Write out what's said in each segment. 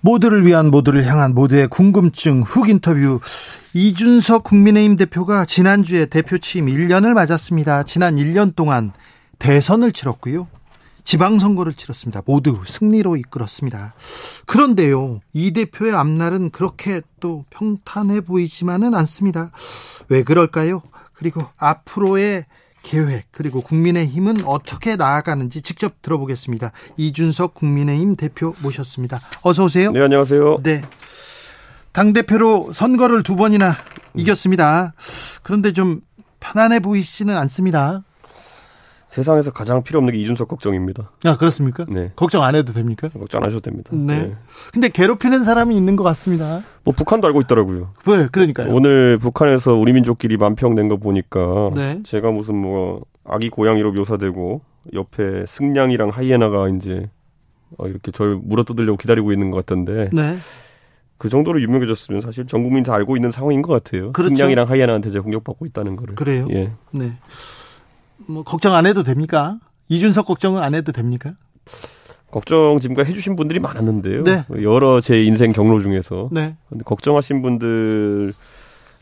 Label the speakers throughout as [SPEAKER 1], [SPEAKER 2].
[SPEAKER 1] 모두를 위한 모두를 향한 모두의 궁금증 훅 인터뷰 이준석 국민의힘 대표가 지난주에 대표 취임 1년을 맞았습니다. 지난 1년 동안 대선을 치렀고요. 지방선거를 치렀습니다. 모두 승리로 이끌었습니다. 그런데요, 이 대표의 앞날은 그렇게 또 평탄해 보이지만은 않습니다. 왜 그럴까요? 그리고 앞으로의 계획, 그리고 국민의힘은 어떻게 나아가는지 직접 들어보겠습니다. 이준석 국민의힘 대표 모셨습니다. 어서오세요.
[SPEAKER 2] 네, 안녕하세요.
[SPEAKER 1] 네. 당대표로 선거를 두 번이나 이겼습니다. 그런데 좀 편안해 보이시지는 않습니다.
[SPEAKER 2] 세상에서 가장 필요 없는 게 이준석 걱정입니다.
[SPEAKER 1] 아, 그렇습니까?
[SPEAKER 2] 네.
[SPEAKER 1] 걱정 안 해도 됩니까?
[SPEAKER 2] 걱정 안 하셔도 됩니다.
[SPEAKER 1] 네. 근데 괴롭히는 사람이 있는 것 같습니다.
[SPEAKER 2] 뭐 북한도 알고 있더라고요.
[SPEAKER 1] 왜? 그러니까요.
[SPEAKER 2] 오늘 북한에서 우리 민족끼리 만평 낸 거 보니까
[SPEAKER 1] 네.
[SPEAKER 2] 제가 무슨 뭐 아기 고양이로 묘사되고 옆에 승냥이랑 하이에나가 이제 어, 이렇게 저를 물어뜯으려고 기다리고 있는 것 같던데
[SPEAKER 1] 네.
[SPEAKER 2] 그 정도로 유명해졌으면 사실 전 국민이 다 알고 있는 상황인 것 같아요.
[SPEAKER 1] 그렇죠.
[SPEAKER 2] 승냥이랑 하이에나한테 제가 공격받고 있다는 거를.
[SPEAKER 1] 그래요?
[SPEAKER 2] 예.
[SPEAKER 1] 네. 뭐, 걱정 안 해도 됩니까? 이준석 걱정은 안 해도 됩니까?
[SPEAKER 2] 걱정 지금까지 해주신 분들이 많았는데요.
[SPEAKER 1] 네.
[SPEAKER 2] 여러 제 인생 경로 중에서
[SPEAKER 1] 네.
[SPEAKER 2] 근데 걱정하신 분들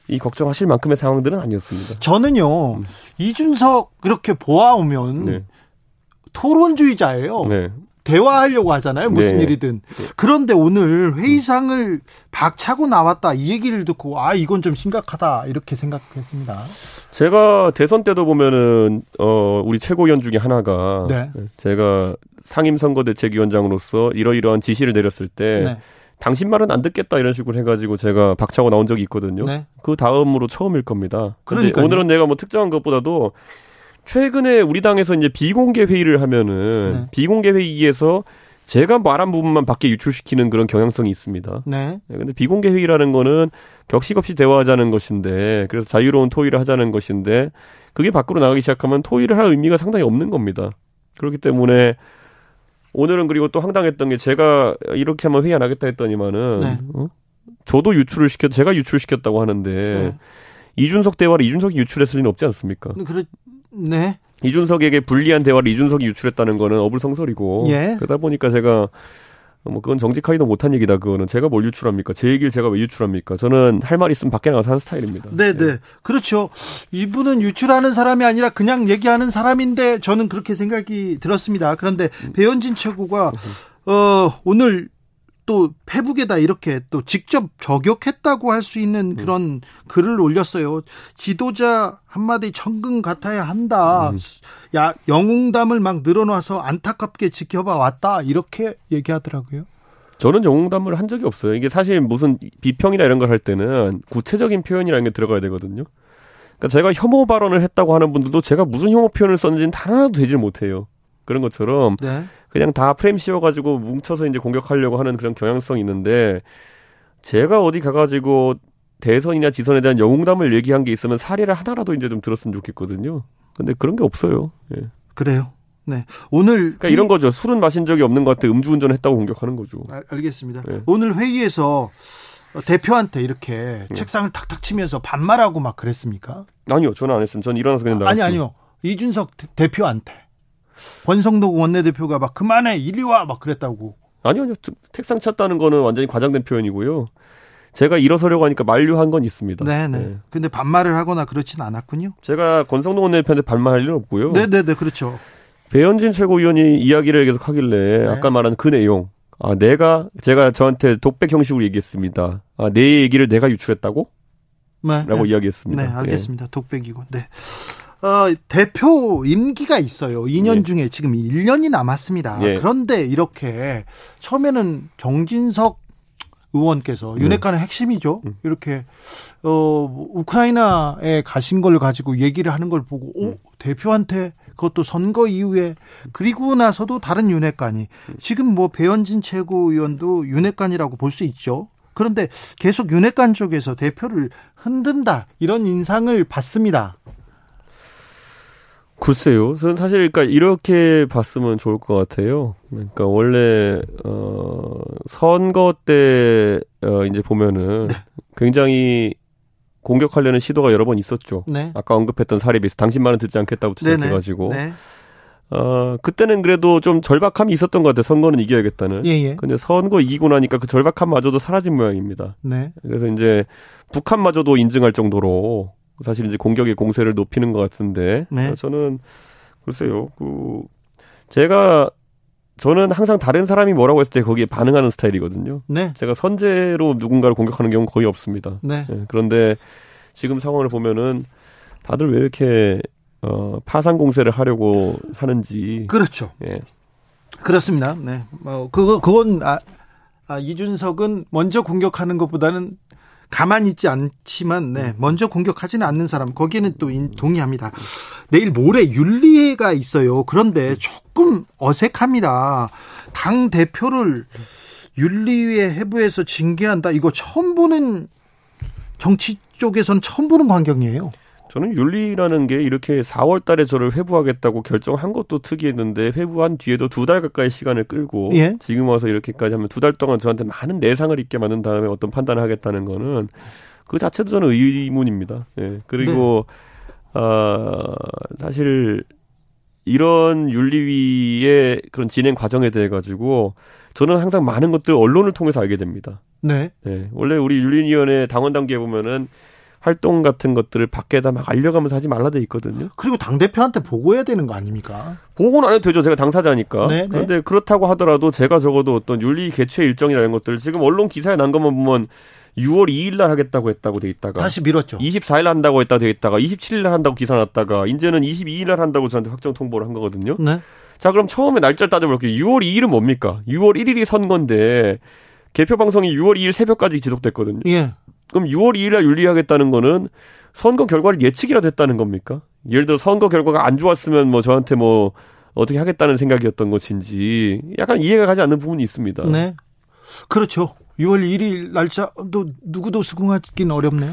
[SPEAKER 2] 이 걱정하실 만큼의 상황들은 아니었습니다.
[SPEAKER 1] 저는요,
[SPEAKER 2] 음.
[SPEAKER 1] 이준석 그렇게 보아오면
[SPEAKER 2] 네.
[SPEAKER 1] 토론주의자예요.
[SPEAKER 2] 네.
[SPEAKER 1] 대화하려고 하잖아요. 무슨
[SPEAKER 2] 네.
[SPEAKER 1] 일이든. 그런데 오늘 회의상을 박차고 나왔다. 이 얘기를 듣고, 아, 이건 좀 심각하다. 이렇게 생각했습니다.
[SPEAKER 2] 제가 대선 때도 보면은 어 우리 최고위원 중에 하나가
[SPEAKER 1] 네.
[SPEAKER 2] 제가 상임선거대책위원장으로서 이러이러한 지시를 내렸을 때
[SPEAKER 1] 네.
[SPEAKER 2] 당신 말은 안 듣겠다 이런 식으로 해가지고 제가 박차고 나온 적이 있거든요.
[SPEAKER 1] 네.
[SPEAKER 2] 그 다음으로 처음일 겁니다. 근데
[SPEAKER 1] 그러니까요.
[SPEAKER 2] 오늘은 내가 뭐 특정한 것보다도 최근에 우리 당에서 이제 비공개 회의를 하면은
[SPEAKER 1] 네.
[SPEAKER 2] 비공개 회의에서 제가 말한 부분만 밖에 유출시키는 그런 경향성이 있습니다.
[SPEAKER 1] 네.
[SPEAKER 2] 예, 근데 비공개 회의라는 거는 격식 없이 대화하자는 것인데 그래서 자유로운 토의를 하자는 것인데 그게 밖으로 나가기 시작하면 토의를 할 의미가 상당히 없는 겁니다. 그렇기 때문에 오늘은 그리고 또 황당했던 게 제가 이렇게 하면 회의 안 하겠다 했더니만은
[SPEAKER 1] 네.
[SPEAKER 2] 어? 저도 유출을 시켰 제가 유출시켰다고 하는데
[SPEAKER 1] 네.
[SPEAKER 2] 이준석 대화를 이준석이 유출했을 리는 없지 않습니까?
[SPEAKER 1] 그렇, 네.
[SPEAKER 2] 이준석에게 불리한 대화를 이준석이 유출했다는 거는 어불성설이고
[SPEAKER 1] 예.
[SPEAKER 2] 그러다 보니까 제가 뭐 그건 정직하기도 못한 얘기다 그거는 제가 뭘 유출합니까 제 얘기를 제가 왜 유출합니까 저는 할 말 있으면 밖에 나가서 하는 스타일입니다
[SPEAKER 1] 네,
[SPEAKER 2] 예.
[SPEAKER 1] 네. 그렇죠. 이분은 유출하는 사람이 아니라 그냥 얘기하는 사람인데 저는 그렇게 생각이 들었습니다. 그런데
[SPEAKER 2] 음.
[SPEAKER 1] 배현진 최고가 어, 오늘 또 페북에다 이렇게 또 직접 저격했다고 할 수
[SPEAKER 2] 음.
[SPEAKER 1] 있는 그런 글을 올렸어요. 지도자 한마디 천금 같아야 한다.
[SPEAKER 2] 음.
[SPEAKER 1] 야, 영웅담을 막 늘어놔서 안타깝게 지켜봐 왔다. 이렇게 얘기하더라고요.
[SPEAKER 2] 저는 영웅담을 한 적이 없어요 이게 사실 무슨 비평이나 이런 걸 할 때는 구체적인 표현이라는 게 들어가야 되거든요 그러니까 제가 혐오 발언을 했다고 하는 분들도 제가 무슨 혐오 표현을 썼는지는 단 하나도 되질 못해요 그런 것처럼
[SPEAKER 1] 네.
[SPEAKER 2] 그냥 다 프레임 씌워가지고 뭉쳐서 이제 공격하려고 하는 그런 경향성이 있는데 제가 어디 가가지고 대선이나 지선에 대한 영웅담을 얘기한 게 있으면 사례를 하나라도 이제 좀 들었으면 좋겠거든요. 근데 그런 게 없어요. 예.
[SPEAKER 1] 그래요. 네. 오늘
[SPEAKER 2] 그러니까 이런 거죠. 술은 마신 적이 없는 것 같아 음주운전 했다고 공격하는 거죠.
[SPEAKER 1] 아, 알, 알겠습니다.
[SPEAKER 2] 네.
[SPEAKER 1] 오늘 회의에서 대표한테 이렇게
[SPEAKER 2] 네.
[SPEAKER 1] 책상을 탁탁 치면서 반말하고 막 그랬습니까?
[SPEAKER 2] 아니요, 저는 안 했습니다. 저는 네, 일어나서 그냥
[SPEAKER 1] 아니
[SPEAKER 2] 나갔어요.
[SPEAKER 1] 아니요. 이준석 대- 대표한테 권성동 원내대표가 막 그만해 이리 와 막 그랬다고.
[SPEAKER 2] 아니요, 아니요. 저- 책상 찼다는 거는 완전히 과장된 표현이고요. 제가 일어서려고 하니까 만류한 건 있습니다.
[SPEAKER 1] 네네.
[SPEAKER 2] 예.
[SPEAKER 1] 근데 반말을 하거나 그렇진 않았군요.
[SPEAKER 2] 제가 권성동 원내대표한테 반말할 일은 없고요.
[SPEAKER 1] 네네네 그렇죠.
[SPEAKER 2] 배현진 최고위원이 이야기를 계속 하길래
[SPEAKER 1] 네.
[SPEAKER 2] 아까 말한 그 내용. 아, 내가 제가 저한테 독백 형식으로 얘기했습니다. 아, 내 얘기를 내가 유출했다고?
[SPEAKER 1] 네.
[SPEAKER 2] 라고
[SPEAKER 1] 네.
[SPEAKER 2] 이야기했습니다.
[SPEAKER 1] 네
[SPEAKER 2] 예.
[SPEAKER 1] 알겠습니다. 독백이고. 네. 어, 대표 임기가 있어요. 2년
[SPEAKER 2] 예.
[SPEAKER 1] 중에 지금 1년이 남았습니다.
[SPEAKER 2] 예.
[SPEAKER 1] 아, 그런데 이렇게 처음에는 정진석 의원께서
[SPEAKER 2] 음.
[SPEAKER 1] 윤핵관의 핵심이죠. 이렇게 어 우크라이나에 가신 걸 가지고 얘기를 하는 걸 보고
[SPEAKER 2] 음.
[SPEAKER 1] 오 대표한테 그것도 선거 이후에 그리고
[SPEAKER 2] 음.
[SPEAKER 1] 나서도 다른 윤핵관이 지금 뭐 배현진 최고위원도 윤핵관이라고 볼 수 있죠. 그런데 계속 윤핵관 쪽에서 대표를 흔든다 이런 인상을 받습니다.
[SPEAKER 2] 예. 글쎄요. 저는 사실 그러니까 이렇게 봤으면 좋을 것 같아요. 그러니까 원래 어 선거 때 어, 이제 보면은
[SPEAKER 1] 네.
[SPEAKER 2] 굉장히 공격하려는 시도가 여러 번 있었죠.
[SPEAKER 1] 네.
[SPEAKER 2] 아까 언급했던 사례 비슷 당신 말은 듣지 않겠다고
[SPEAKER 1] 네네.
[SPEAKER 2] 시작해가지고
[SPEAKER 1] 네.
[SPEAKER 2] 어 그때는 그래도 좀 절박함이 있었던 것 같아요. 선거는 이겨야겠다는.
[SPEAKER 1] 예, 예.
[SPEAKER 2] 근데 선거 이기고 나니까 그 절박함마저도 사라진 모양입니다.
[SPEAKER 1] 네.
[SPEAKER 2] 그래서 이제 북한마저도 인증할 정도로 사실 이제 공격의 공세를 높이는 것 같은데
[SPEAKER 1] 네.
[SPEAKER 2] 저는 글쎄요 그 제가 저는 항상 다른 사람이 뭐라고 했을 때 거기에 반응하는 스타일이거든요.
[SPEAKER 1] 네.
[SPEAKER 2] 제가 선제로 누군가를 공격하는 경우는 거의 없습니다.
[SPEAKER 1] 네.
[SPEAKER 2] 예, 그런데 지금 상황을 보면은 다들 왜 이렇게 어, 파상 공세를 하려고 하는지
[SPEAKER 1] 그렇죠.
[SPEAKER 2] 예.
[SPEAKER 1] 그렇습니다. 네. 어, 그거, 그건, 아, 아, 이준석은 먼저 공격하는 것보다는 가만히 있지 않지만, 네. 먼저 공격하지는 않는 사람, 거기에는 또 인- 동의합니다. 내일 모레 윤리회가 있어요. 그런데 조금 어색합니다. 당 대표를 윤리위에 해부해서 징계한다. 이거 처음 보는 정치 쪽에선 처음 보는 광경이에요.
[SPEAKER 2] 저는 윤리라는 게 이렇게 4월 달에 저를 회부하겠다고 결정한 것도 특이했는데 회부한 뒤에도 두 달 가까이 시간을 끌고
[SPEAKER 1] 예.
[SPEAKER 2] 지금 와서 이렇게까지 하면 두 달 동안 저한테 많은 내상을 입게 만든 다음에 어떤 판단을 하겠다는 거는 그 자체도 저는 의문입니다. 예. 그리고 아, 사실 이런 윤리위의 그런 진행 과정에 대해 가지고 저는 항상 많은 것들 언론을 통해서 알게 됩니다.
[SPEAKER 1] 네.
[SPEAKER 2] 예, 원래 우리 윤리위원회 당원 단계에 보면은 활동 같은 것들을 밖에다 막 알려가면서 하지 말라 돼 있거든요.
[SPEAKER 1] 그리고 당대표한테 보고해야 되는 거 아닙니까?
[SPEAKER 2] 보고는 안 해도 되죠. 제가 당사자니까.
[SPEAKER 1] 네, 네.
[SPEAKER 2] 그런데 그렇다고 하더라도 제가 적어도 어떤 윤리 개최 일정이나 이런 것들을 지금 언론 기사에 난 것만 보면 6월 2일 날 하겠다고 했다고 돼 있다가
[SPEAKER 1] 다시 밀었죠.
[SPEAKER 2] 24일 한다고 했다 돼 있다가 27일 날 한다고 기사 났다가 이제는 22일 날 한다고 저한테 확정 통보를 한 거거든요.
[SPEAKER 1] 네.
[SPEAKER 2] 자, 그럼 처음에 날짜를 따져볼게요. 6월 2일은 뭡니까? 6월 1일이 선거인데 개표 방송이 6월 2일 새벽까지 지속됐거든요.
[SPEAKER 1] 예.
[SPEAKER 2] 그럼 6월 2일날 윤리하겠다는 거는 선거 결과를 예측이라도 했다는 겁니까? 예를 들어 선거 결과가 안 좋았으면 뭐 저한테 뭐 어떻게 하겠다는 생각이었던 것인지 약간 이해가 가지 않는 부분이 있습니다.
[SPEAKER 1] 네. 그렇죠. 6월 1일 날짜도 누구도 수긍하기는 어렵네요.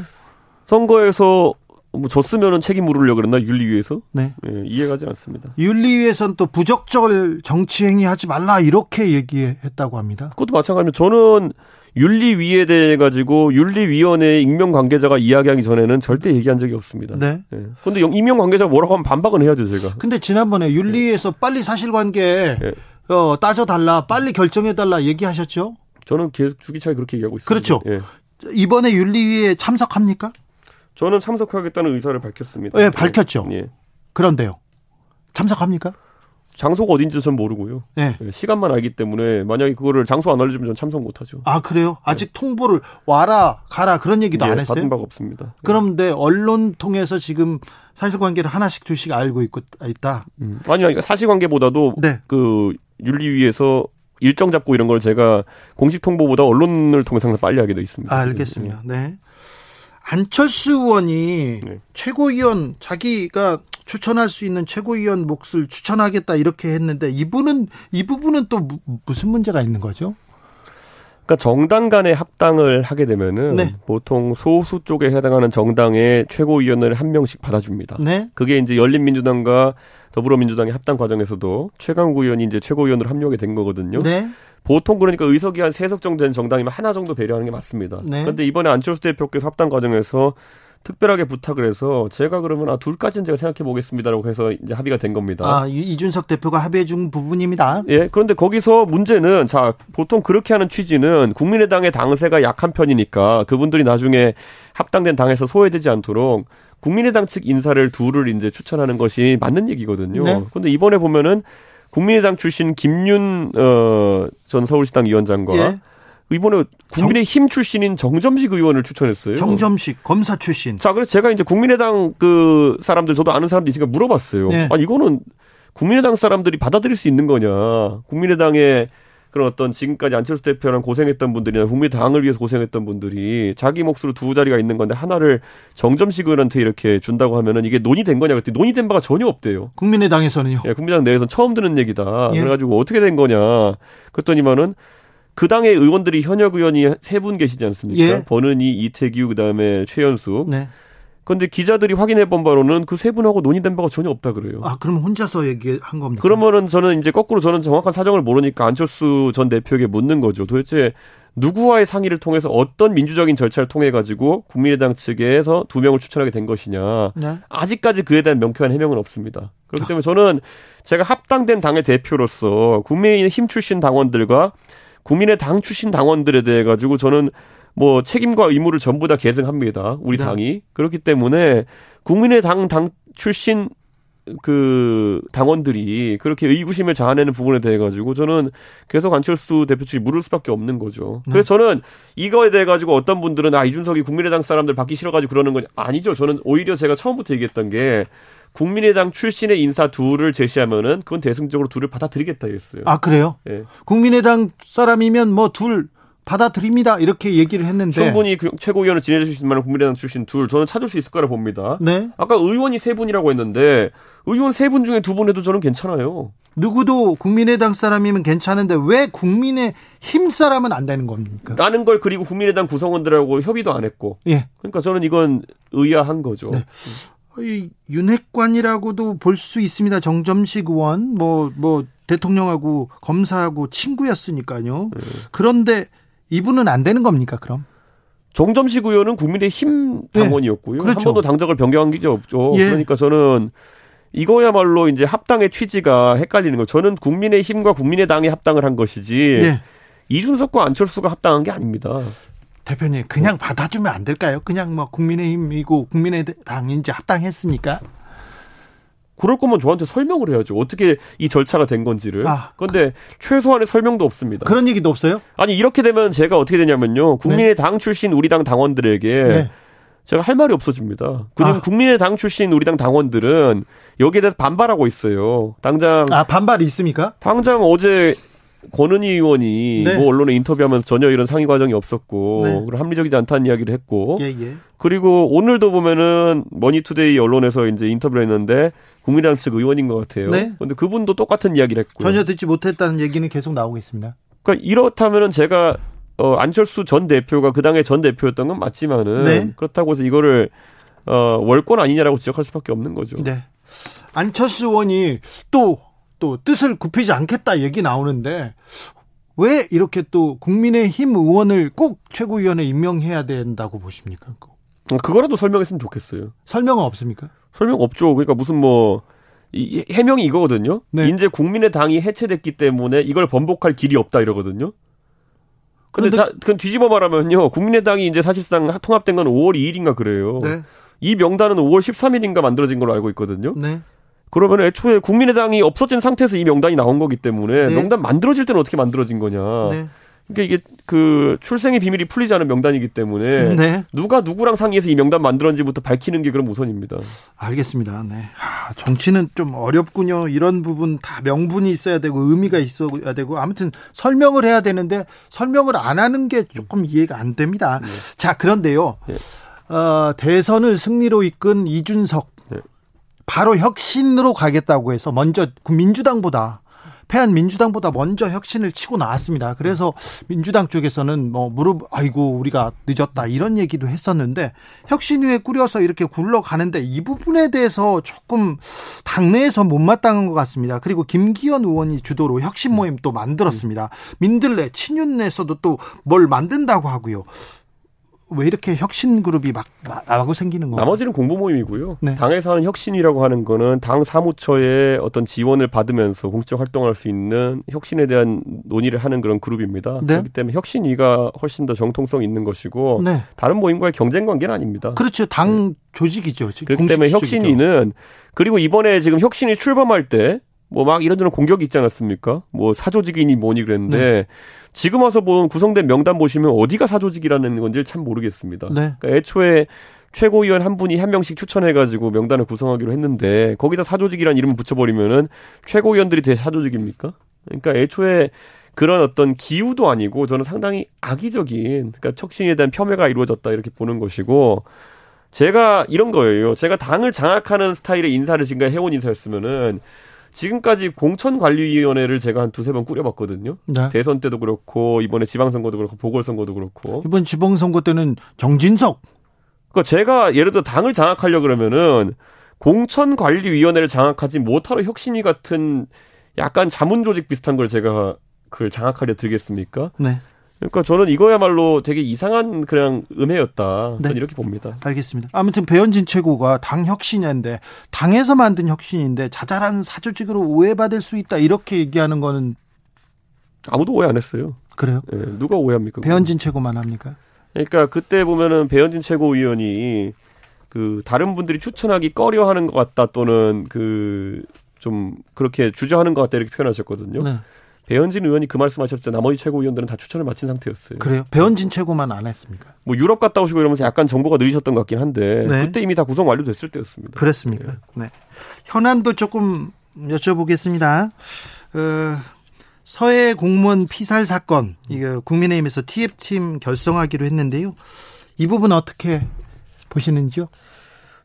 [SPEAKER 2] 선거에서 뭐 졌으면은 책임 물으려고 그랬나 윤리위에서
[SPEAKER 1] 네.
[SPEAKER 2] 예, 이해가지 않습니다.
[SPEAKER 1] 윤리위에선 또 부적절 정치 행위 하지 말라 이렇게 얘기했다고 합니다.
[SPEAKER 2] 그것도 마찬가지로 저는 윤리위에 대해 가지고 윤리위원회 익명 관계자가 이야기하기 전에는 절대 얘기한 적이 없습니다.
[SPEAKER 1] 네.
[SPEAKER 2] 예. 근데 영- 익명 관계자가 뭐라고 하면 반박은 해야죠 제가.
[SPEAKER 1] 근데 지난번에
[SPEAKER 2] 네.
[SPEAKER 1] 윤리위에서 빨리 사실관계
[SPEAKER 2] 예.
[SPEAKER 1] 어, 따져달라, 빨리 결정해달라 얘기하셨죠?
[SPEAKER 2] 저는 계속 주기차게 그렇게 얘기하고 있습니다.
[SPEAKER 1] 그렇죠.
[SPEAKER 2] 예.
[SPEAKER 1] 이번에 윤리위에 참석합니까?
[SPEAKER 2] 저는 참석하겠다는 의사를 밝혔습니다.
[SPEAKER 1] 예, 밝혔죠.
[SPEAKER 2] 예.
[SPEAKER 1] 그런데요. 참석합니까?
[SPEAKER 2] 장소가 어딘지 전 모르고요.
[SPEAKER 1] 네.
[SPEAKER 2] 예, 시간만 알기 때문에 만약에 그거를 장소 안 알려주면 전 참석 못하죠.
[SPEAKER 1] 아, 그래요? 아직 통보를 와라, 가라 그런 얘기도
[SPEAKER 2] 네. 예,
[SPEAKER 1] 안 했어요?
[SPEAKER 2] 받은 바가 없습니다.
[SPEAKER 1] 그런데 언론 통해서 지금 사실관계를 하나씩 두씩 알고 있고 있다.
[SPEAKER 2] 음. 아니, 아니 사실관계보다도
[SPEAKER 1] 네.
[SPEAKER 2] 그 윤리위에서 일정 잡고 이런 걸 제가 공식 통보보다 언론을 통해서 항상 빨리 하게 돼 있습니다. 예,
[SPEAKER 1] 아, 알겠습니다. 네. 안철수 의원이
[SPEAKER 2] 네.
[SPEAKER 1] 최고위원 자기가 추천할 수 있는 최고위원 몫을 추천하겠다 이렇게 했는데 이분은 이 부분은 또 무, 무슨 문제가 있는 거죠?
[SPEAKER 2] 그러니까 정당 간의 합당을 하게 되면은
[SPEAKER 1] 네.
[SPEAKER 2] 보통 소수 쪽에 해당하는 정당의 최고위원을 한 명씩 받아줍니다.
[SPEAKER 1] 네.
[SPEAKER 2] 그게 이제 열린민주당과 더불어민주당의 합당 과정에서도 최강욱 의원이 이제 최고위원으로 합류하게 된 거거든요.
[SPEAKER 1] 네.
[SPEAKER 2] 보통 그러니까 의석이 한 세 석 정도 되는 정당이면 하나 정도 배려하는 게 맞습니다.
[SPEAKER 1] 네.
[SPEAKER 2] 그런데 이번에 안철수 대표께서 합당 과정에서 특별하게 부탁을 해서 제가 그러면 아 둘까지는 제가 생각해 보겠습니다라고 해서 이제 합의가 된 겁니다.
[SPEAKER 1] 아, 이- 이준석 대표가 합의해 준 부분입니다.
[SPEAKER 2] 예, 그런데 거기서 문제는, 자, 보통 그렇게 하는 취지는 국민의당의 당세가 약한 편이니까 그분들이 나중에 합당된 당에서 소외되지 않도록 국민의당 측 인사를 둘을 이제 추천하는 것이 맞는 얘기거든요.
[SPEAKER 1] 네.
[SPEAKER 2] 근데 이번에 보면은 국민의당 출신 김윤, 어, 전 서울시당 위원장과
[SPEAKER 1] 예.
[SPEAKER 2] 이번에 국민의힘 출신인 정점식 의원을 추천했어요.
[SPEAKER 1] 정점식 검사 출신.
[SPEAKER 2] 자, 그래서 제가 이제 국민의당 그 사람들, 저도 아는 사람들 있으니까 물어봤어요.
[SPEAKER 1] 네.
[SPEAKER 2] 아니, 이거는 국민의당 사람들이 받아들일 수 있는 거냐. 국민의당의 그런 어떤 지금까지 안철수 대표랑 고생했던 분들이나 국민의당을 위해서 고생했던 분들이 자기 몫으로 두 자리가 있는 건데 하나를 정점식 의원한테 이렇게 준다고 하면은 이게 논의된 거냐 그랬더니 논의된 바가 전혀 없대요.
[SPEAKER 1] 국민의당에서는요.
[SPEAKER 2] 예, 국민의당 내에서 는 처음 듣는 얘기다.
[SPEAKER 1] 예.
[SPEAKER 2] 그래가지고 어떻게 된 거냐. 그랬더니만은 그 당의 의원들이 현역 의원이 세 분 계시지 않습니까?
[SPEAKER 1] 예.
[SPEAKER 2] 버는이, 이태규, 그다음에 최연수.
[SPEAKER 1] 네.
[SPEAKER 2] 그런데 기자들이 확인해 본 바로는 그 세 분하고 논의된 바가 전혀 없다 그래요.
[SPEAKER 1] 아, 그럼 혼자서 얘기한 겁니까?
[SPEAKER 2] 그러면은 저는 이제 거꾸로 저는 정확한 사정을 모르니까 안철수 전 대표에게 묻는 거죠. 도대체 누구와의 상의를 통해서 어떤 민주적인 절차를 통해 가지고 국민의당 측에서 두 명을 추천하게 된 것이냐.
[SPEAKER 1] 네.
[SPEAKER 2] 아직까지 그에 대한 명쾌한 해명은 없습니다. 그렇기 때문에 저는 제가 합당된 당의 대표로서 국민의힘 출신 당원들과 국민의 당 출신 당원들에 대해 가지고 저는 뭐 책임과 의무를 전부 다 계승합니다. 우리
[SPEAKER 1] 네.
[SPEAKER 2] 당이 그렇기 때문에 국민의 당 당 출신 그 당원들이 그렇게 의구심을 자아내는 부분에 대해 가지고 저는 계속 안철수 대표 측이 물을 수밖에 없는 거죠. 그래서 저는 이거에 대해 가지고 어떤 분들은 아 이준석이 국민의당 사람들 받기 싫어가지고 그러는 건 아니죠. 저는 오히려 제가 처음부터 얘기했던 게 국민의당 출신의 인사 둘을 제시하면은 그건 대승적으로 둘을 받아들이겠다 이랬어요.
[SPEAKER 1] 아, 그래요?
[SPEAKER 2] 예.
[SPEAKER 1] 국민의당 사람이면 뭐 둘 받아들입니다. 이렇게 얘기를 했는데.
[SPEAKER 2] 충분히 그 최고위원을 지내실 수 있는 만한 국민의당 출신 둘 저는 찾을 수 있을 거라 봅니다.
[SPEAKER 1] 네.
[SPEAKER 2] 아까 의원이 세 분이라고 했는데 의원 세 분 중에 두 분에도 저는 괜찮아요.
[SPEAKER 1] 누구도 국민의당 사람이면 괜찮은데 왜 국민의 힘 사람은 안 되는 겁니까?
[SPEAKER 2] 라는 걸 그리고 국민의당 구성원들하고 협의도 안 했고
[SPEAKER 1] 예.
[SPEAKER 2] 그러니까 저는 이건 의아한 거죠.
[SPEAKER 1] 네. 이 윤핵관이라고도 볼 수 있습니다. 정점식 의원 뭐 뭐 대통령하고 검사하고 친구였으니까요. 그런데 이분은 안 되는 겁니까? 그럼
[SPEAKER 2] 정점식 의원은 국민의힘 당원이었고요.
[SPEAKER 1] 그렇죠.
[SPEAKER 2] 한 번도 당적을 변경한 게 없죠.
[SPEAKER 1] 예.
[SPEAKER 2] 그러니까 저는 이거야말로 이제 합당의 취지가 헷갈리는 거예요. 저는 국민의힘과 국민의당이 합당을 한 것이지
[SPEAKER 1] 예.
[SPEAKER 2] 이준석과 안철수가 합당한 게 아닙니다.
[SPEAKER 1] 대표님 그냥 받아주면 안 될까요? 그냥 뭐 국민의힘이고 국민의당인지 합당했으니까
[SPEAKER 2] 그럴 거면 저한테 설명을 해야죠. 어떻게 이 절차가 된 건지를.
[SPEAKER 1] 아.
[SPEAKER 2] 그런데 최소한의 설명도 없습니다.
[SPEAKER 1] 그런 얘기도 없어요?
[SPEAKER 2] 아니 이렇게 되면 제가 어떻게 되냐면요. 국민의당 출신 우리 당 당원들에게
[SPEAKER 1] 네.
[SPEAKER 2] 제가 할 말이 없어집니다. 그냥
[SPEAKER 1] 아.
[SPEAKER 2] 국민의당 출신 우리 당 당원들은 여기에 대해서 반발하고 있어요. 당장
[SPEAKER 1] 아 반발이 있습니까?
[SPEAKER 2] 당장 어제 권은희 의원이
[SPEAKER 1] 네.
[SPEAKER 2] 뭐 언론에 인터뷰하면서 전혀 이런 상의 과정이 없었고
[SPEAKER 1] 네.
[SPEAKER 2] 그리고 합리적이지 않다는 이야기를 했고
[SPEAKER 1] 예예.
[SPEAKER 2] 그리고 오늘도 보면은 머니투데이 언론에서 이제 인터뷰를 했는데 국민당 측 의원인 것 같아요.
[SPEAKER 1] 네.
[SPEAKER 2] 근데 그분도 똑같은 이야기를 했고요.
[SPEAKER 1] 전혀 듣지 못했다는 얘기는 계속 나오고 있습니다.
[SPEAKER 2] 그러니까 이렇다면은 제가 어 안철수 전 대표가 그 당의 전 대표였던 건 맞지만은
[SPEAKER 1] 네.
[SPEAKER 2] 그렇다고 해서 이거를 어 월권 아니냐라고 지적할 수밖에 없는 거죠.
[SPEAKER 1] 네. 안철수 의원이 또, 또 뜻을 굽히지 않겠다 얘기 나오는데 왜 이렇게 또 국민의힘 의원을 꼭 최고위원에 임명해야 된다고 보십니까? 그거.
[SPEAKER 2] 어, 그거라도 설명했으면 좋겠어요.
[SPEAKER 1] 설명은 없습니까?
[SPEAKER 2] 설명 없죠. 그러니까 무슨 뭐 이- 이- 해명이 이거거든요.
[SPEAKER 1] 네.
[SPEAKER 2] 이제 국민의 당이 해체됐기 때문에 이걸 번복할 길이 없다 이러거든요. 근데
[SPEAKER 1] 그런데-
[SPEAKER 2] 자, 그 뒤집어 말하면요. 국민의당이 이제 사실상 통합된 건 5월 2일인가 그래요. 이 명단은 5월 13일인가 만들어진 걸로 알고 있거든요.
[SPEAKER 1] 네.
[SPEAKER 2] 그러면 애초에 국민의당이 없어진 상태에서 이 명단이 나온 거기 때문에
[SPEAKER 1] 네.
[SPEAKER 2] 명단 만들어질 때는 어떻게 만들어진 거냐.
[SPEAKER 1] 네.
[SPEAKER 2] 그러니까 이게 그 출생의 비밀이 풀리지 않은 명단이기 때문에
[SPEAKER 1] 네.
[SPEAKER 2] 누가 누구랑 상의해서 이 명단 만들었는지부터 밝히는 게 그럼 우선입니다.
[SPEAKER 1] 알겠습니다. 네. 하, 정치는 좀 어렵군요. 이런 부분 다 명분이 있어야 되고 의미가 있어야 되고 아무튼 설명을 해야 되는데 설명을 안 하는 게 조금 이해가 안 됩니다. 자, 그런데요. 어, 대선을 승리로 이끈 이준석
[SPEAKER 2] 네.
[SPEAKER 1] 바로 혁신으로 가겠다고 해서 먼저 그 민주당보다 패한 민주당보다 먼저 혁신을 치고 나왔습니다. 그래서 민주당 쪽에서는 뭐 무릎 아이고 우리가 늦었다 이런 얘기도 했었는데 혁신 위에 꾸려서 이렇게 굴러가는데 이 부분에 대해서 조금 당내에서 못마땅한 것 같습니다. 그리고 김기현 의원이 주도로 혁신 모임 또 만들었습니다. 민들레 친윤에서도 또 뭘 만든다고 하고요. 왜 이렇게 혁신 그룹이 막 나- 나고 생기는 건가요?
[SPEAKER 2] 나머지는 공부 모임이고요.
[SPEAKER 1] 어. 네.
[SPEAKER 2] 당에서 하는 혁신이라고 하는 거는 당 사무처의 어떤 지원을 받으면서 공적 활동할 수 있는 혁신에 대한 논의를 하는 그런 그룹입니다.
[SPEAKER 1] 네.
[SPEAKER 2] 그렇기 때문에 혁신위가 훨씬 더 정통성 있는 것이고
[SPEAKER 1] 네.
[SPEAKER 2] 다른 모임과의 경쟁 관계는 아닙니다.
[SPEAKER 1] 그렇죠. 당 조직이죠. 지금
[SPEAKER 2] 어. 네. 그렇기 때문에
[SPEAKER 1] 공식적이죠.
[SPEAKER 2] 혁신위는 그리고 이번에 지금 혁신이 출범할 때 뭐 막 이런저런 공격이 있지 않았습니까? 뭐 사조직이니 뭐니 그랬는데
[SPEAKER 1] 네.
[SPEAKER 2] 지금 와서 본 구성된 명단 보시면 어디가 사조직이라는 건지 참 모르겠습니다.
[SPEAKER 1] 네.
[SPEAKER 2] 그러니까 애초에 최고위원 한 분이 한 명씩 추천해가지고 명단을 구성하기로 했는데 거기다 사조직이라는 이름을 붙여버리면은 최고위원들이 대 사조직입니까? 그러니까 애초에 그런 어떤 기우도 아니고 저는 상당히 악의적인 그러니까 혁신에 대한 폄훼가 이루어졌다 이렇게 보는 것이고 제가 이런 거예요. 제가 당을 장악하는 스타일의 인사를 지금까지 해온 인사였으면은 지금까지 공천관리위원회를 제가 한 두세 번 꾸려봤거든요.
[SPEAKER 1] 네.
[SPEAKER 2] 대선 때도 그렇고 이번에 지방선거도 그렇고 보궐선거도 그렇고.
[SPEAKER 1] 이번 지방선거 때는 정진석
[SPEAKER 2] 그러니까 제가 예를 들어 당을 장악하려 그러면은 공천관리위원회를 장악하지 못하러 혁신위 같은 약간 자문조직 비슷한 걸 제가 그걸 장악하려 들겠습니까?
[SPEAKER 1] 네.
[SPEAKER 2] 그러니까 저는 이거야말로 되게 이상한 그냥 음해였다.
[SPEAKER 1] 네.
[SPEAKER 2] 저는 이렇게 봅니다.
[SPEAKER 1] 알겠습니다. 아무튼 배현진 최고가 당 혁신인데 당에서 만든 혁신인데 자잘한 사조직으로 오해받을 수 있다 이렇게 얘기하는 거는
[SPEAKER 2] 아무도 오해 안 했어요.
[SPEAKER 1] 그래요?
[SPEAKER 2] 예, 누가 오해합니까? 그건?
[SPEAKER 1] 배현진 최고만 합니까?
[SPEAKER 2] 그러니까 그때 보면은 배현진 최고위원이 그 다른 분들이 추천하기 꺼려하는 것 같다 또는 그 좀 그렇게 주저하는 것 같다 이렇게 표현하셨거든요.
[SPEAKER 1] 네.
[SPEAKER 2] 배현진 의원이 그 말씀하셨을 때 나머지 최고위원들은 다 추천을 마친 상태였어요.
[SPEAKER 1] 그래요? 배현진 최고만 안 했습니까?
[SPEAKER 2] 뭐 유럽 갔다 오시고 이러면서 약간 정보가 느리셨던 것 같긴 한데
[SPEAKER 1] 네.
[SPEAKER 2] 그때 이미 다 구성 완료됐을 때였습니다.
[SPEAKER 1] 그랬습니까? 네. 현안도 조금 여쭤보겠습니다. 어, 서해 공무원 피살 사건 이거 국민의힘에서 TF팀 결성하기로 했는데요. 이 부분 어떻게 보시는지요?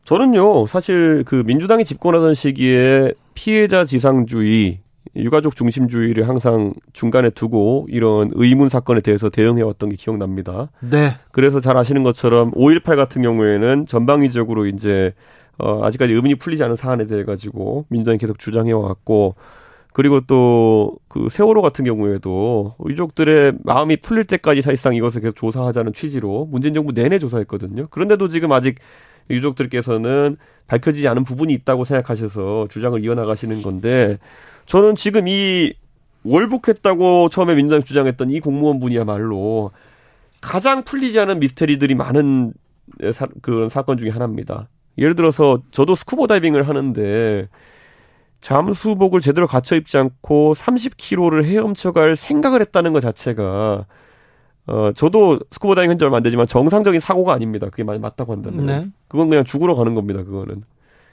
[SPEAKER 2] 저는요 사실 그 민주당이 집권하던 시기에 피해자 지상주의 유가족 중심주의를 항상 중간에 두고 이런 의문 사건에 대해서 대응해왔던 게 기억납니다.
[SPEAKER 1] 네.
[SPEAKER 2] 그래서 잘 아시는 것처럼 5.18 같은 경우에는 전방위적으로 이제 어 아직까지 의문이 풀리지 않은 사안에 대해 가지고 민주당이 계속 주장해 왔고 그리고 또 그 세월호 같은 경우에도 유족들의 마음이 풀릴 때까지 사실상 이것을 계속 조사하자는 취지로 문재인 정부 내내 조사했거든요. 그런데도 지금 아직 유족들께서는 밝혀지지 않은 부분이 있다고 생각하셔서 주장을 이어나가시는 건데 저는 지금 이 월북했다고 처음에 민주당이 주장했던 이 공무원분이야말로 가장 풀리지 않은 미스테리들이 많은 예, 사- 그런 사건 중에 하나입니다. 예를 들어서 저도 스쿠버 다이빙을 하는데 잠수복을 제대로 갖춰 입지 않고 30km를 헤엄쳐갈 생각을 했다는 것 자체가 어 저도 스쿠버 다이빙 한지 얼마 안 되지만 정상적인 사고가 아닙니다. 그게 만- 맞다고 한다면
[SPEAKER 1] 네.
[SPEAKER 2] 그건 그냥 죽으러 가는 겁니다. 그거는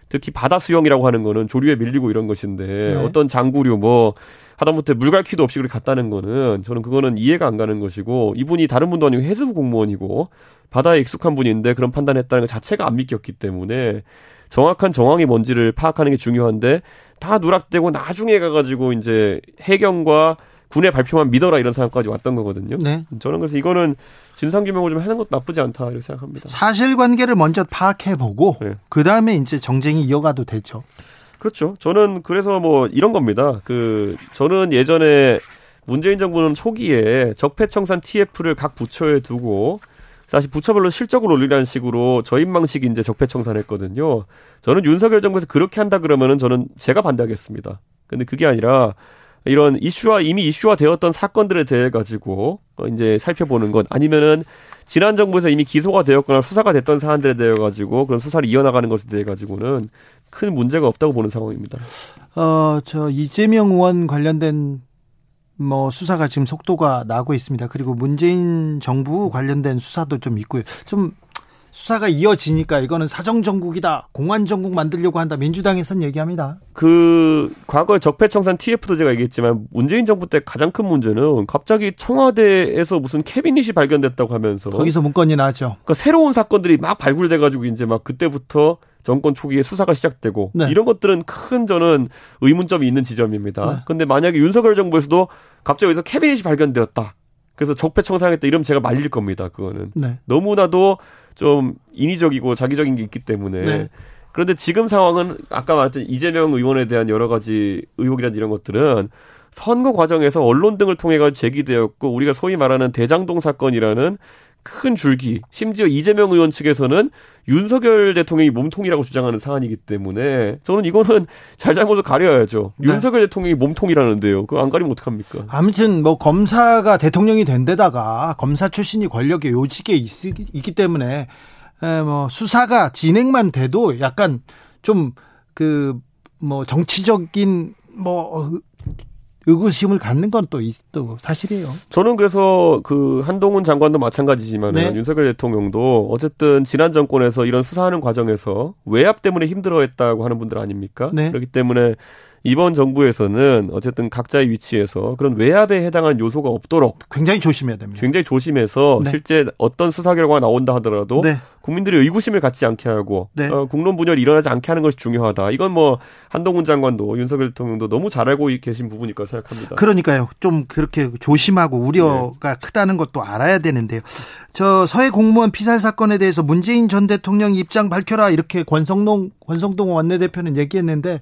[SPEAKER 2] 특히 바다 수영이라고 하는 거는 조류에 밀리고 이런 것인데 어떤 장구류 뭐 하다못해 물갈퀴도 없이 그렇게 갔다는 거는 저는 그거는 이해가 안 가는 것이고 이분이 다른 분도 아니고 해수부 공무원이고 바다에 익숙한 분인데 그런 판단했다는 것 자체가 안 믿겼기 때문에 정확한 정황이 뭔지를 파악하는 게 중요한데 다 누락되고 나중에 가가지고 이제 해경과 군의 발표만 믿어라 이런 상황까지 왔던 거거든요.
[SPEAKER 1] 네.
[SPEAKER 2] 저는 그래서 이거는 진상 규명을 좀 하는 것도 나쁘지 않다 이렇게 생각합니다.
[SPEAKER 1] 사실관계를 먼저 파악해보고
[SPEAKER 2] 네.
[SPEAKER 1] 그 다음에 이제 정쟁이 이어가도 되죠.
[SPEAKER 2] 그렇죠. 저는 그래서 뭐 이런 겁니다. 그 저는 예전에 문재인 정부는 초기에 적폐청산 TF를 각 부처에 두고 사실 부처별로 실적을 올리라는 식으로 저임망식 이제 적폐청산했거든요. 저는 윤석열 정부에서 그렇게 한다 그러면은 저는 제가 반대하겠습니다. 근데 그게 아니라 이런 이슈화 이미 이슈화 되었던 사건들에 대해 가지고 어, 이제 살펴보는 것 아니면은 지난 정부에서 이미 기소가 되었거나 수사가 됐던 사안들에 대해 가지고 그런 수사를 이어나가는 것에 대해 가지고는 큰 문제가 없다고 보는 상황입니다.
[SPEAKER 1] 어, 저 이재명 의원 관련된 뭐 수사가 지금 속도가 나고 있습니다. 그리고 문재인 정부 관련된 수사도 좀 있고요. 좀 수사가 이어지니까 이거는 사정 정국이다. 공안 정국 만들려고 한다. 민주당에선 얘기합니다.
[SPEAKER 2] 그 과거 적폐청산 TF도 제가 얘기했지만 문재인 정부 때 가장 큰 문제는 갑자기 청와대에서 무슨 캐비닛이 발견됐다고 하면서
[SPEAKER 1] 거기서 문건이 나죠.
[SPEAKER 2] 그러니까 새로운 사건들이 막 발굴돼가지고 이제 막 그때부터 정권 초기에 수사가 시작되고
[SPEAKER 1] 네.
[SPEAKER 2] 이런 것들은 큰 저는 의문점이 있는 지점입니다.
[SPEAKER 1] 네.
[SPEAKER 2] 근데 만약에 윤석열 정부에서도 갑자기 여기서 캐비닛이 발견되었다. 그래서 적폐청산했다 이러면 제가 말릴 겁니다. 그거는
[SPEAKER 1] 네.
[SPEAKER 2] 너무나도 좀 인위적이고 자기적인 게 있기 때문에
[SPEAKER 1] 네.
[SPEAKER 2] 그런데 지금 상황은 아까 말했던 이재명 의원에 대한 여러 가지 의혹이란 이런 것들은 선거 과정에서 언론 등을 통해 가 제기되었고 우리가 소위 말하는 대장동 사건이라는 큰 줄기 심지어 이재명 의원 측에서는 윤석열 대통령이 몸통이라고 주장하는 사안이기 때문에 저는 이거는 잘잘못을 가려야죠
[SPEAKER 1] 네.
[SPEAKER 2] 윤석열 대통령이 몸통이라는데요 그거 안 가리면 어떡합니까
[SPEAKER 1] 아무튼 뭐 검사가 대통령이 된 데다가 검사 출신이 권력의 요직에 있, 있기 때문에 에, 뭐 수사가 진행만 돼도 약간 좀 그 뭐 정치적인 뭐 어, 의구심을 갖는 건 또 사실이에요.
[SPEAKER 2] 저는 그래서 그 한동훈 장관도 마찬가지지만
[SPEAKER 1] 네.
[SPEAKER 2] 은 윤석열 대통령도 어쨌든 지난 정권에서 이런 수사하는 과정에서 외압 때문에 힘들어했다고 하는 분들 아닙니까?
[SPEAKER 1] 네.
[SPEAKER 2] 그렇기 때문에 이번 정부에서는 어쨌든 각자의 위치에서 그런 외압에 해당하는 요소가 없도록
[SPEAKER 1] 굉장히 조심해야 됩니다.
[SPEAKER 2] 굉장히 조심해서
[SPEAKER 1] 네.
[SPEAKER 2] 실제 어떤 수사 결과가 나온다 하더라도
[SPEAKER 1] 네.
[SPEAKER 2] 국민들이 의구심을 갖지 않게 하고
[SPEAKER 1] 네.
[SPEAKER 2] 어, 국론 분열이 일어나지 않게 하는 것이 중요하다. 이건 뭐 한동훈 장관도 윤석열 대통령도 너무 잘 알고 계신 부분일 거라 생각합니다.
[SPEAKER 1] 그러니까요. 좀 그렇게 조심하고 우려가 크다는 것도 알아야 되는데요. 저 서해 공무원 피살 사건에 대해서 문재인 전 대통령 입장 밝혀라 이렇게 권성동 권성동 원내대표는 얘기했는데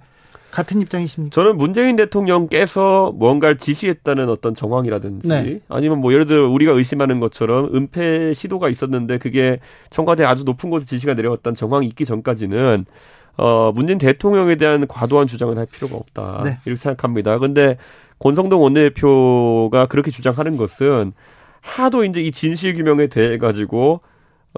[SPEAKER 1] 같은 입장이십니까?
[SPEAKER 2] 저는 문재인 대통령께서 뭔가를 지시했다는 어떤 정황이라든지
[SPEAKER 1] 네.
[SPEAKER 2] 아니면 뭐 예를 들어 우리가 의심하는 것처럼 은폐 시도가 있었는데 그게 청와대 아주 높은 곳에 지시가 내려왔다는 정황이 있기 전까지는 어 문재인 대통령에 대한 과도한 주장을 할 필요가 없다
[SPEAKER 1] 네.
[SPEAKER 2] 이렇게 생각합니다. 근데 권성동 원내대표가 그렇게 주장하는 것은 하도 이제 이 진실 규명에 대해 가지고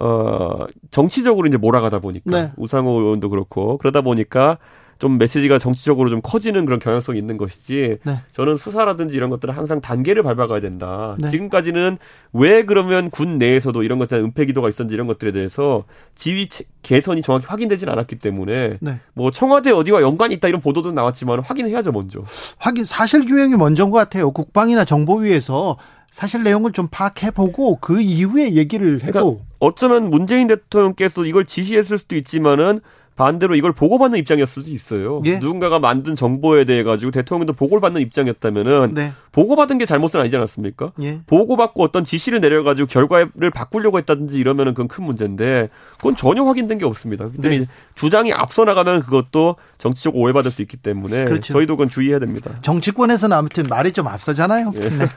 [SPEAKER 2] 어 정치적으로 이제 몰아가다 보니까
[SPEAKER 1] 네.
[SPEAKER 2] 우상호 의원도 그렇고 그러다 보니까 좀 메시지가 정치적으로 좀 커지는 그런 경향성이 있는 것이지
[SPEAKER 1] 네.
[SPEAKER 2] 저는 수사라든지 이런 것들은 항상 단계를 밟아가야 된다.
[SPEAKER 1] 네.
[SPEAKER 2] 지금까지는 왜 그러면 군 내에서도 이런 것에 대한 은폐 기도가 있었는지 이런 것들에 대해서 지위 체- 개선이 정확히 확인되진 않았기 때문에
[SPEAKER 1] 네.
[SPEAKER 2] 뭐 청와대 어디와 연관이 있다 이런 보도도 나왔지만 확인해야죠 먼저.
[SPEAKER 1] 하긴 사실 규명이 먼저인 것 같아요. 국방이나 정보위에서 사실 내용을 좀 파악해보고 그 이후에 얘기를 해도
[SPEAKER 2] 어쩌면 문재인 대통령께서 이걸 지시했을 수도 있지만은 반대로 이걸 보고받는 입장이었을 수도 있어요.
[SPEAKER 1] 예.
[SPEAKER 2] 누군가가 만든 정보에 대해 가지고 대통령도 보고를 받는 입장이었다면은
[SPEAKER 1] 네,
[SPEAKER 2] 보고받은 게 잘못은 아니지 않았습니까?
[SPEAKER 1] 예,
[SPEAKER 2] 보고받고 어떤 지시를 내려가지고 결과를 바꾸려고 했다든지 이러면은 그건 큰 문제인데 그건 전혀 확인된 게 없습니다. 근데
[SPEAKER 1] 네.
[SPEAKER 2] 이제 주장이 앞서 나가면 그것도 정치적 오해받을 수 있기 때문에
[SPEAKER 1] 그렇죠.
[SPEAKER 2] 저희도 그건 주의해야 됩니다.
[SPEAKER 1] 정치권에서는 아무튼 말이 좀 앞서잖아요.
[SPEAKER 2] 예.
[SPEAKER 1] 네.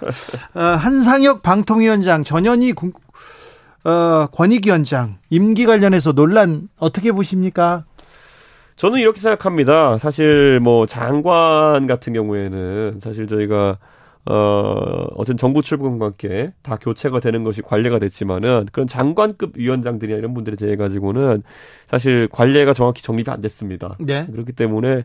[SPEAKER 1] 어, 한상혁 방통위원장 전현희 군- 어, 권익위원장 임기 관련해서 논란 어떻게 보십니까?
[SPEAKER 2] 저는 이렇게 생각합니다. 사실 뭐 장관 같은 경우에는 사실 저희가 어 어쨌든 정부 출범과 함께 다 교체가 되는 것이 관례가 됐지만은 그런 장관급 위원장들이나 이런 분들에 대해 가지고는 사실 관례가 정확히 정립이 안 됐습니다.
[SPEAKER 1] 네,
[SPEAKER 2] 그렇기 때문에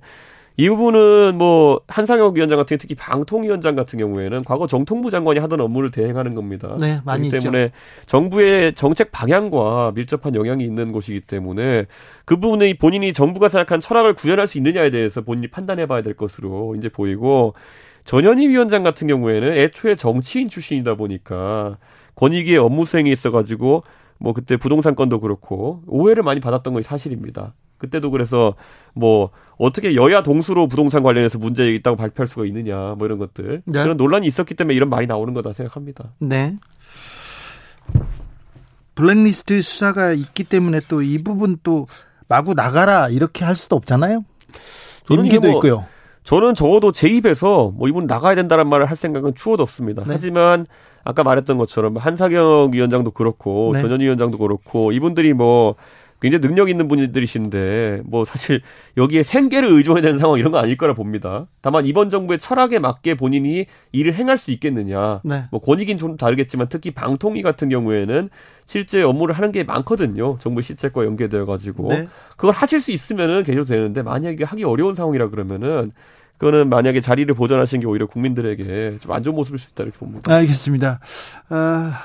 [SPEAKER 2] 이 부분은 뭐 한상혁 위원장 같은 경우 특히 방통위원장 같은 경우에는 과거 정통부 장관이 하던 업무를 대행하는 겁니다.
[SPEAKER 1] 네, 많이
[SPEAKER 2] 그렇기
[SPEAKER 1] 있죠.
[SPEAKER 2] 때문에 정부의 정책 방향과 밀접한 영향이 있는 곳이기 때문에 그 부분에 본인이 정부가 생각한 철학을 구현할 수 있느냐에 대해서 본인이 판단해봐야 될 것으로 이제 보이고 전현희 위원장 같은 경우에는 애초에 정치인 출신이다 보니까 권익위의 업무 수행에 있어가지고 뭐 그때 부동산 건도 그렇고 오해를 많이 받았던 것이 사실입니다. 그때도 그래서 뭐 어떻게 여야 동수로 부동산 관련해서 문제 있다고 발표할 수가 있느냐 뭐 이런 것들
[SPEAKER 1] 네.
[SPEAKER 2] 그런 논란이 있었기 때문에 이런 말이 나오는 거다 생각합니다.
[SPEAKER 1] 네. 블랙리스트 수사가 있기 때문에 또 이 부분 또 마구 나가라 이렇게 할 수도 없잖아요.
[SPEAKER 2] 저는 이게
[SPEAKER 1] 임기도
[SPEAKER 2] 뭐
[SPEAKER 1] 있고요.
[SPEAKER 2] 저는 적어도 제 입에서 뭐 이분 나가야 된다는 말을 할 생각은 추호도 없습니다.
[SPEAKER 1] 네.
[SPEAKER 2] 하지만 아까 말했던 것처럼 한사경 위원장도 그렇고
[SPEAKER 1] 네.
[SPEAKER 2] 전현 위원장도 그렇고 이분들이 뭐 굉장히 능력 있는 분들이신데 뭐 사실 여기에 생계를 의존해야 되는 상황 이런 건 아닐 거라 봅니다. 다만 이번 정부의 철학에 맞게 본인이 일을 행할 수 있겠느냐.
[SPEAKER 1] 네.
[SPEAKER 2] 뭐 권익인 좀 다르겠지만 특히 방통위 같은 경우에는 실제 업무를 하는 게 많거든요. 정부 실책과 연계되어 가지고
[SPEAKER 1] 네.
[SPEAKER 2] 그걸 하실 수 있으면은 계속 되는데 만약에 하기 어려운 상황이라 그러면은 그거는 만약에 자리를 보전하신 게 오히려 국민들에게 좀 안 좋은 모습일 수 있다 이렇게 봅니다.
[SPEAKER 1] 알겠습니다. 아,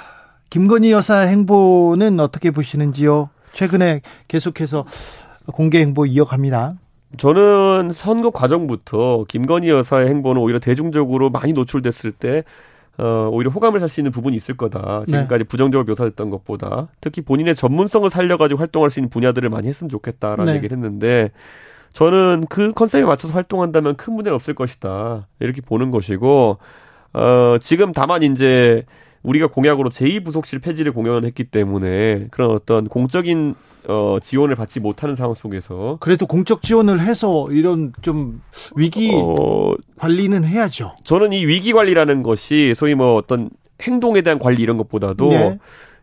[SPEAKER 1] 김건희 여사 행보는 어떻게 보시는지요? 최근에 계속해서 공개 행보 이어갑니다.
[SPEAKER 2] 저는 선거 과정부터 김건희 여사의 행보는 오히려 대중적으로 많이 노출됐을 때 어, 오히려 호감을 살 수 있는 부분이 있을 거다. 지금까지 부정적으로 묘사됐던 것보다 특히 본인의 전문성을 살려가지고 활동할 수 있는 분야들을 많이 했으면 좋겠다라는
[SPEAKER 1] 네.
[SPEAKER 2] 얘기를 했는데 저는 그 컨셉에 맞춰서 활동한다면 큰 문제는 없을 것이다. 이렇게 보는 것이고 어, 지금 다만 이제 우리가 공약으로 제2부속실 폐지를 공연했기 때문에 그런 어떤 공적인 어, 지원을 받지 못하는 상황 속에서
[SPEAKER 1] 그래도 공적 지원을 해서 이런 좀 위기
[SPEAKER 2] 어,
[SPEAKER 1] 관리는 해야죠.
[SPEAKER 2] 저는 이 위기 관리라는 것이 소위 뭐 어떤 행동에 대한 관리 이런 것보다도
[SPEAKER 1] 네.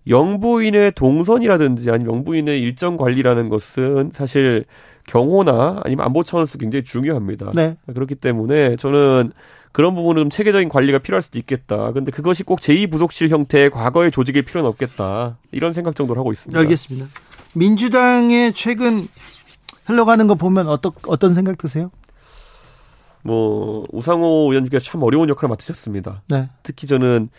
[SPEAKER 2] 영부인의 동선이라든지 아니면 영부인의 일정 관리라는 것은 사실 경호나 아니면 안보 차원에서 굉장히 중요합니다.
[SPEAKER 1] 네.
[SPEAKER 2] 그렇기 때문에 저는 그런 부분은 좀 체계적인 관리가 필요할 수도 있겠다. 근데 그것이 꼭 제2부속실 형태의 과거의 조직일 필요는 없겠다. 이런 생각 정도를 하고 있습니다.
[SPEAKER 1] 알겠습니다. 민주당의 최근 흘러가는 거 보면 어떤 어떤 생각 드세요?
[SPEAKER 2] 뭐 우상호 의원님께서 참 어려운 역할을 맡으셨습니다.
[SPEAKER 1] 네.
[SPEAKER 2] 특히 저는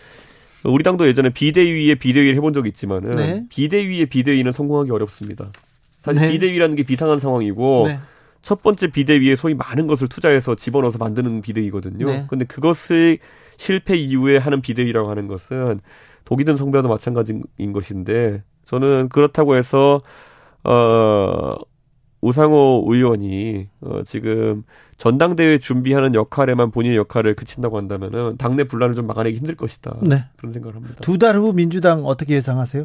[SPEAKER 2] 우리 당도 예전에 비대위에 비대위를 해본 적이 있지만은
[SPEAKER 1] 네.
[SPEAKER 2] 비대위에 비대위는 성공하기 어렵습니다. 사실
[SPEAKER 1] 네.
[SPEAKER 2] 비대위라는 게 비상한 상황이고
[SPEAKER 1] 네.
[SPEAKER 2] 첫 번째 비대위에 소위 많은 것을 투자해서 집어넣어서 만드는 비대위거든요.
[SPEAKER 1] 네.
[SPEAKER 2] 근데 그것을 실패 이후에 하는 비대위라고 하는 것은 독이든 성배와도 마찬가지인 것인데 저는 그렇다고 해서 어 우상호 의원이 어 지금 전당대회 준비하는 역할에만 본인의 역할을 그친다고 한다면은 당내 분란을 좀 막아내기 힘들 것이다.
[SPEAKER 1] 네.
[SPEAKER 2] 그런 생각을 합니다.
[SPEAKER 1] 두 달 후 민주당 어떻게 예상하세요?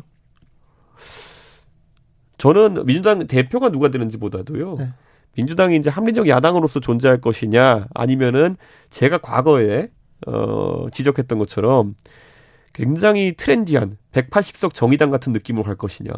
[SPEAKER 2] 저는 민주당 대표가 누가 되는지보다도요.
[SPEAKER 1] 네.
[SPEAKER 2] 민주당이 이제 합리적 야당으로서 존재할 것이냐 아니면은 제가 과거에 어 지적했던 것처럼 굉장히 트렌디한 180석 정의당 같은 느낌으로 갈 것이냐.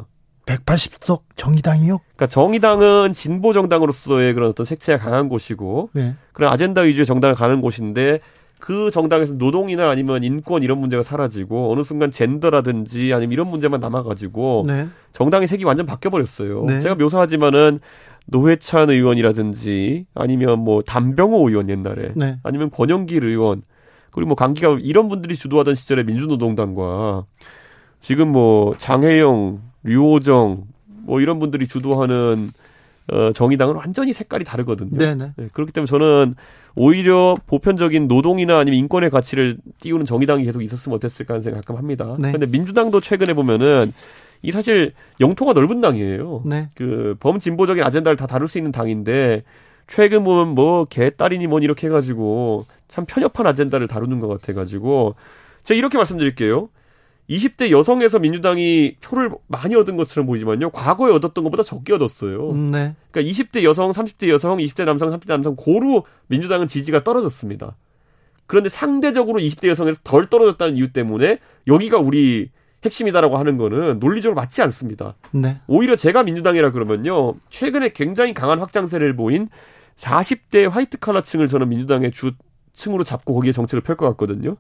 [SPEAKER 1] 180석 정의당이요?
[SPEAKER 2] 그러니까 정의당은 진보 정당으로서의 그런 어떤 색채가 강한 곳이고
[SPEAKER 1] 네.
[SPEAKER 2] 그런 아젠다 위주의 정당을 가는 곳인데 그 정당에서 노동이나 아니면 인권 이런 문제가 사라지고 어느 순간 젠더라든지 아니면 이런 문제만 남아가지고
[SPEAKER 1] 네.
[SPEAKER 2] 정당의 색이 완전 바뀌어버렸어요.
[SPEAKER 1] 네.
[SPEAKER 2] 제가 묘사하지만은 노회찬 의원이라든지 아니면 뭐 담병호 의원 옛날에
[SPEAKER 1] 네.
[SPEAKER 2] 아니면 권영길 의원 그리고 뭐 강기가 이런 분들이 주도하던 시절의 민주노동당과 지금 뭐 장혜영, 류호정 뭐 이런 분들이 주도하는 어 정의당은 완전히 색깔이 다르거든요.
[SPEAKER 1] 네. 네.
[SPEAKER 2] 네, 그렇기 때문에 저는 오히려 보편적인 노동이나 아니면 인권의 가치를 띄우는 정의당이 계속 있었으면 어땠을까 하는 생각 가끔 합니다.
[SPEAKER 1] 네.
[SPEAKER 2] 그런데 민주당도 최근에 보면은 이 사실 영토가 넓은 당이에요.
[SPEAKER 1] 네.
[SPEAKER 2] 그 범진보적인 아젠다를 다 다룰 수 있는 당인데 최근 보면 뭐 개딸이니 뭐니 이렇게 해가지고 참 편협한 아젠다를 다루는 것 같아가지고 제가 이렇게 말씀드릴게요. 20대 여성에서 민주당이 표를 많이 얻은 것처럼 보이지만요. 과거에 얻었던 것보다 적게 얻었어요.
[SPEAKER 1] 음, 네.
[SPEAKER 2] 그러니까 20대 여성, 30대 여성, 20대 남성, 30대 남성 고루 민주당은 지지가 떨어졌습니다. 그런데 상대적으로 20대 여성에서 덜 떨어졌다는 이유 때문에 여기가 우리 핵심이다라고 하는 거는 논리적으로 맞지 않습니다.
[SPEAKER 1] 네.
[SPEAKER 2] 오히려 제가 민주당이라 그러면요. 최근에 굉장히 강한 확장세를 보인 40대 화이트 칼라층을 저는 민주당의 주층으로 잡고 거기에 정책을 펼 것 같거든요.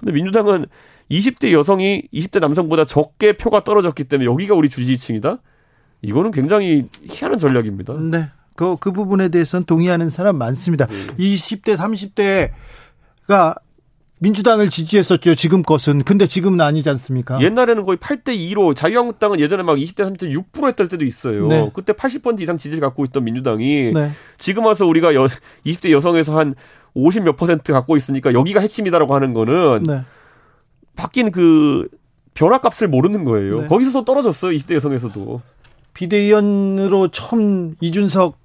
[SPEAKER 2] 근데 민주당은 20대 여성이 20대 남성보다 적게 표가 떨어졌기 때문에 여기가 우리 주지층이다? 이거는 굉장히 희한한 전략입니다.
[SPEAKER 1] 네. 그, 그 부분에 대해서는 동의하는 사람 많습니다.
[SPEAKER 2] 음.
[SPEAKER 1] 20대, 30대가 민주당을 지지했었죠. 지금 것은. 근데 지금은 아니지 않습니까?
[SPEAKER 2] 옛날에는 거의 8대 2로 자유한국당은 예전에 막 20대 30대 6% 했던 때도 있어요.
[SPEAKER 1] 네.
[SPEAKER 2] 그때 80% 이상 지지를 갖고 있던 민주당이
[SPEAKER 1] 네.
[SPEAKER 2] 지금 와서 우리가 여, 20대 여성에서 한 50 몇 퍼센트 갖고 있으니까 여기가 핵심이다라고 하는 거는
[SPEAKER 1] 네.
[SPEAKER 2] 바뀐 그 변화값을 모르는 거예요.
[SPEAKER 1] 네.
[SPEAKER 2] 거기서 또 떨어졌어요. 20대 여성에서도.
[SPEAKER 1] 비대위원으로 처음 이준석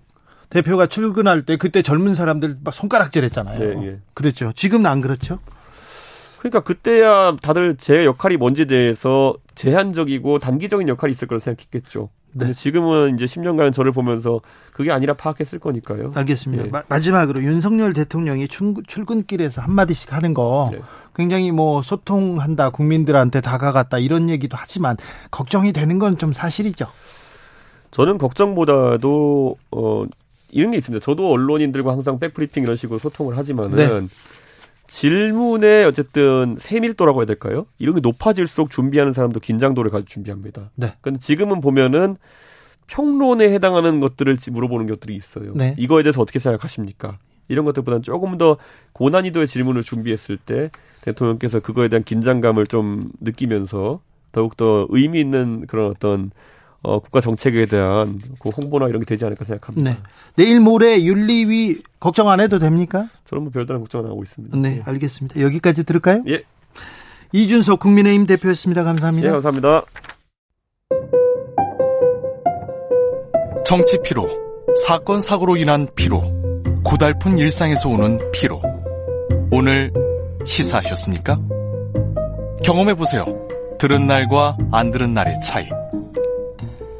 [SPEAKER 1] 대표가 출근할 때 그때 젊은 사람들 막 손가락질 했잖아요.
[SPEAKER 2] 네, 예.
[SPEAKER 1] 그랬죠. 지금은 안 그렇죠?
[SPEAKER 2] 그러니까 그때야 다들 제 역할이 뭔지에 대해서 제한적이고 단기적인 역할이 있을 거라 생각했겠죠.
[SPEAKER 1] 네.
[SPEAKER 2] 근데 지금은 이제 10년간 저를 보면서 그게 아니라 파악했을 거니까요.
[SPEAKER 1] 알겠습니다.
[SPEAKER 2] 예.
[SPEAKER 1] 마, 마지막으로 윤석열 대통령이 출, 출근길에서 한마디씩 하는 거
[SPEAKER 2] 네.
[SPEAKER 1] 굉장히 뭐 소통한다, 국민들한테 다가갔다 이런 얘기도 하지만 걱정이 되는 건 좀 사실이죠.
[SPEAKER 2] 저는 걱정보다도 어 이런 게 있습니다. 저도 언론인들과 항상 백브리핑 이런 식으로 소통을 하지만은
[SPEAKER 1] 네.
[SPEAKER 2] 질문의 어쨌든 세밀도라고 해야 될까요? 이런 게 높아질수록 준비하는 사람도 긴장도를 가지고 준비합니다.
[SPEAKER 1] 네.
[SPEAKER 2] 근데 지금은 보면은 평론에 해당하는 것들을 지- 물어보는 것들이 있어요.
[SPEAKER 1] 네.
[SPEAKER 2] 이거에 대해서 어떻게 생각하십니까? 이런 것들보다는 조금 더 고난이도의 질문을 준비했을 때 대통령께서 그거에 대한 긴장감을 좀 느끼면서 더욱더 의미 있는 그런 어떤 어, 국가 정책에 대한 그 홍보나 이런 게 되지 않을까 생각합니다.
[SPEAKER 1] 네. 내일 모레 윤리위 걱정 안 해도 됩니까?
[SPEAKER 2] 저는 뭐 별다른 걱정은 안 하고 있습니다.
[SPEAKER 1] 네, 알겠습니다. 여기까지 들을까요?
[SPEAKER 2] 예.
[SPEAKER 1] 이준석 국민의힘 대표였습니다. 감사합니다.
[SPEAKER 2] 예, 감사합니다.
[SPEAKER 3] 정치 피로, 사건 사고로 인한 피로, 고달픈 일상에서 오는 피로. 오늘 시사하셨습니까? 경험해 보세요. 들은 날과 안 들은 날의 차이.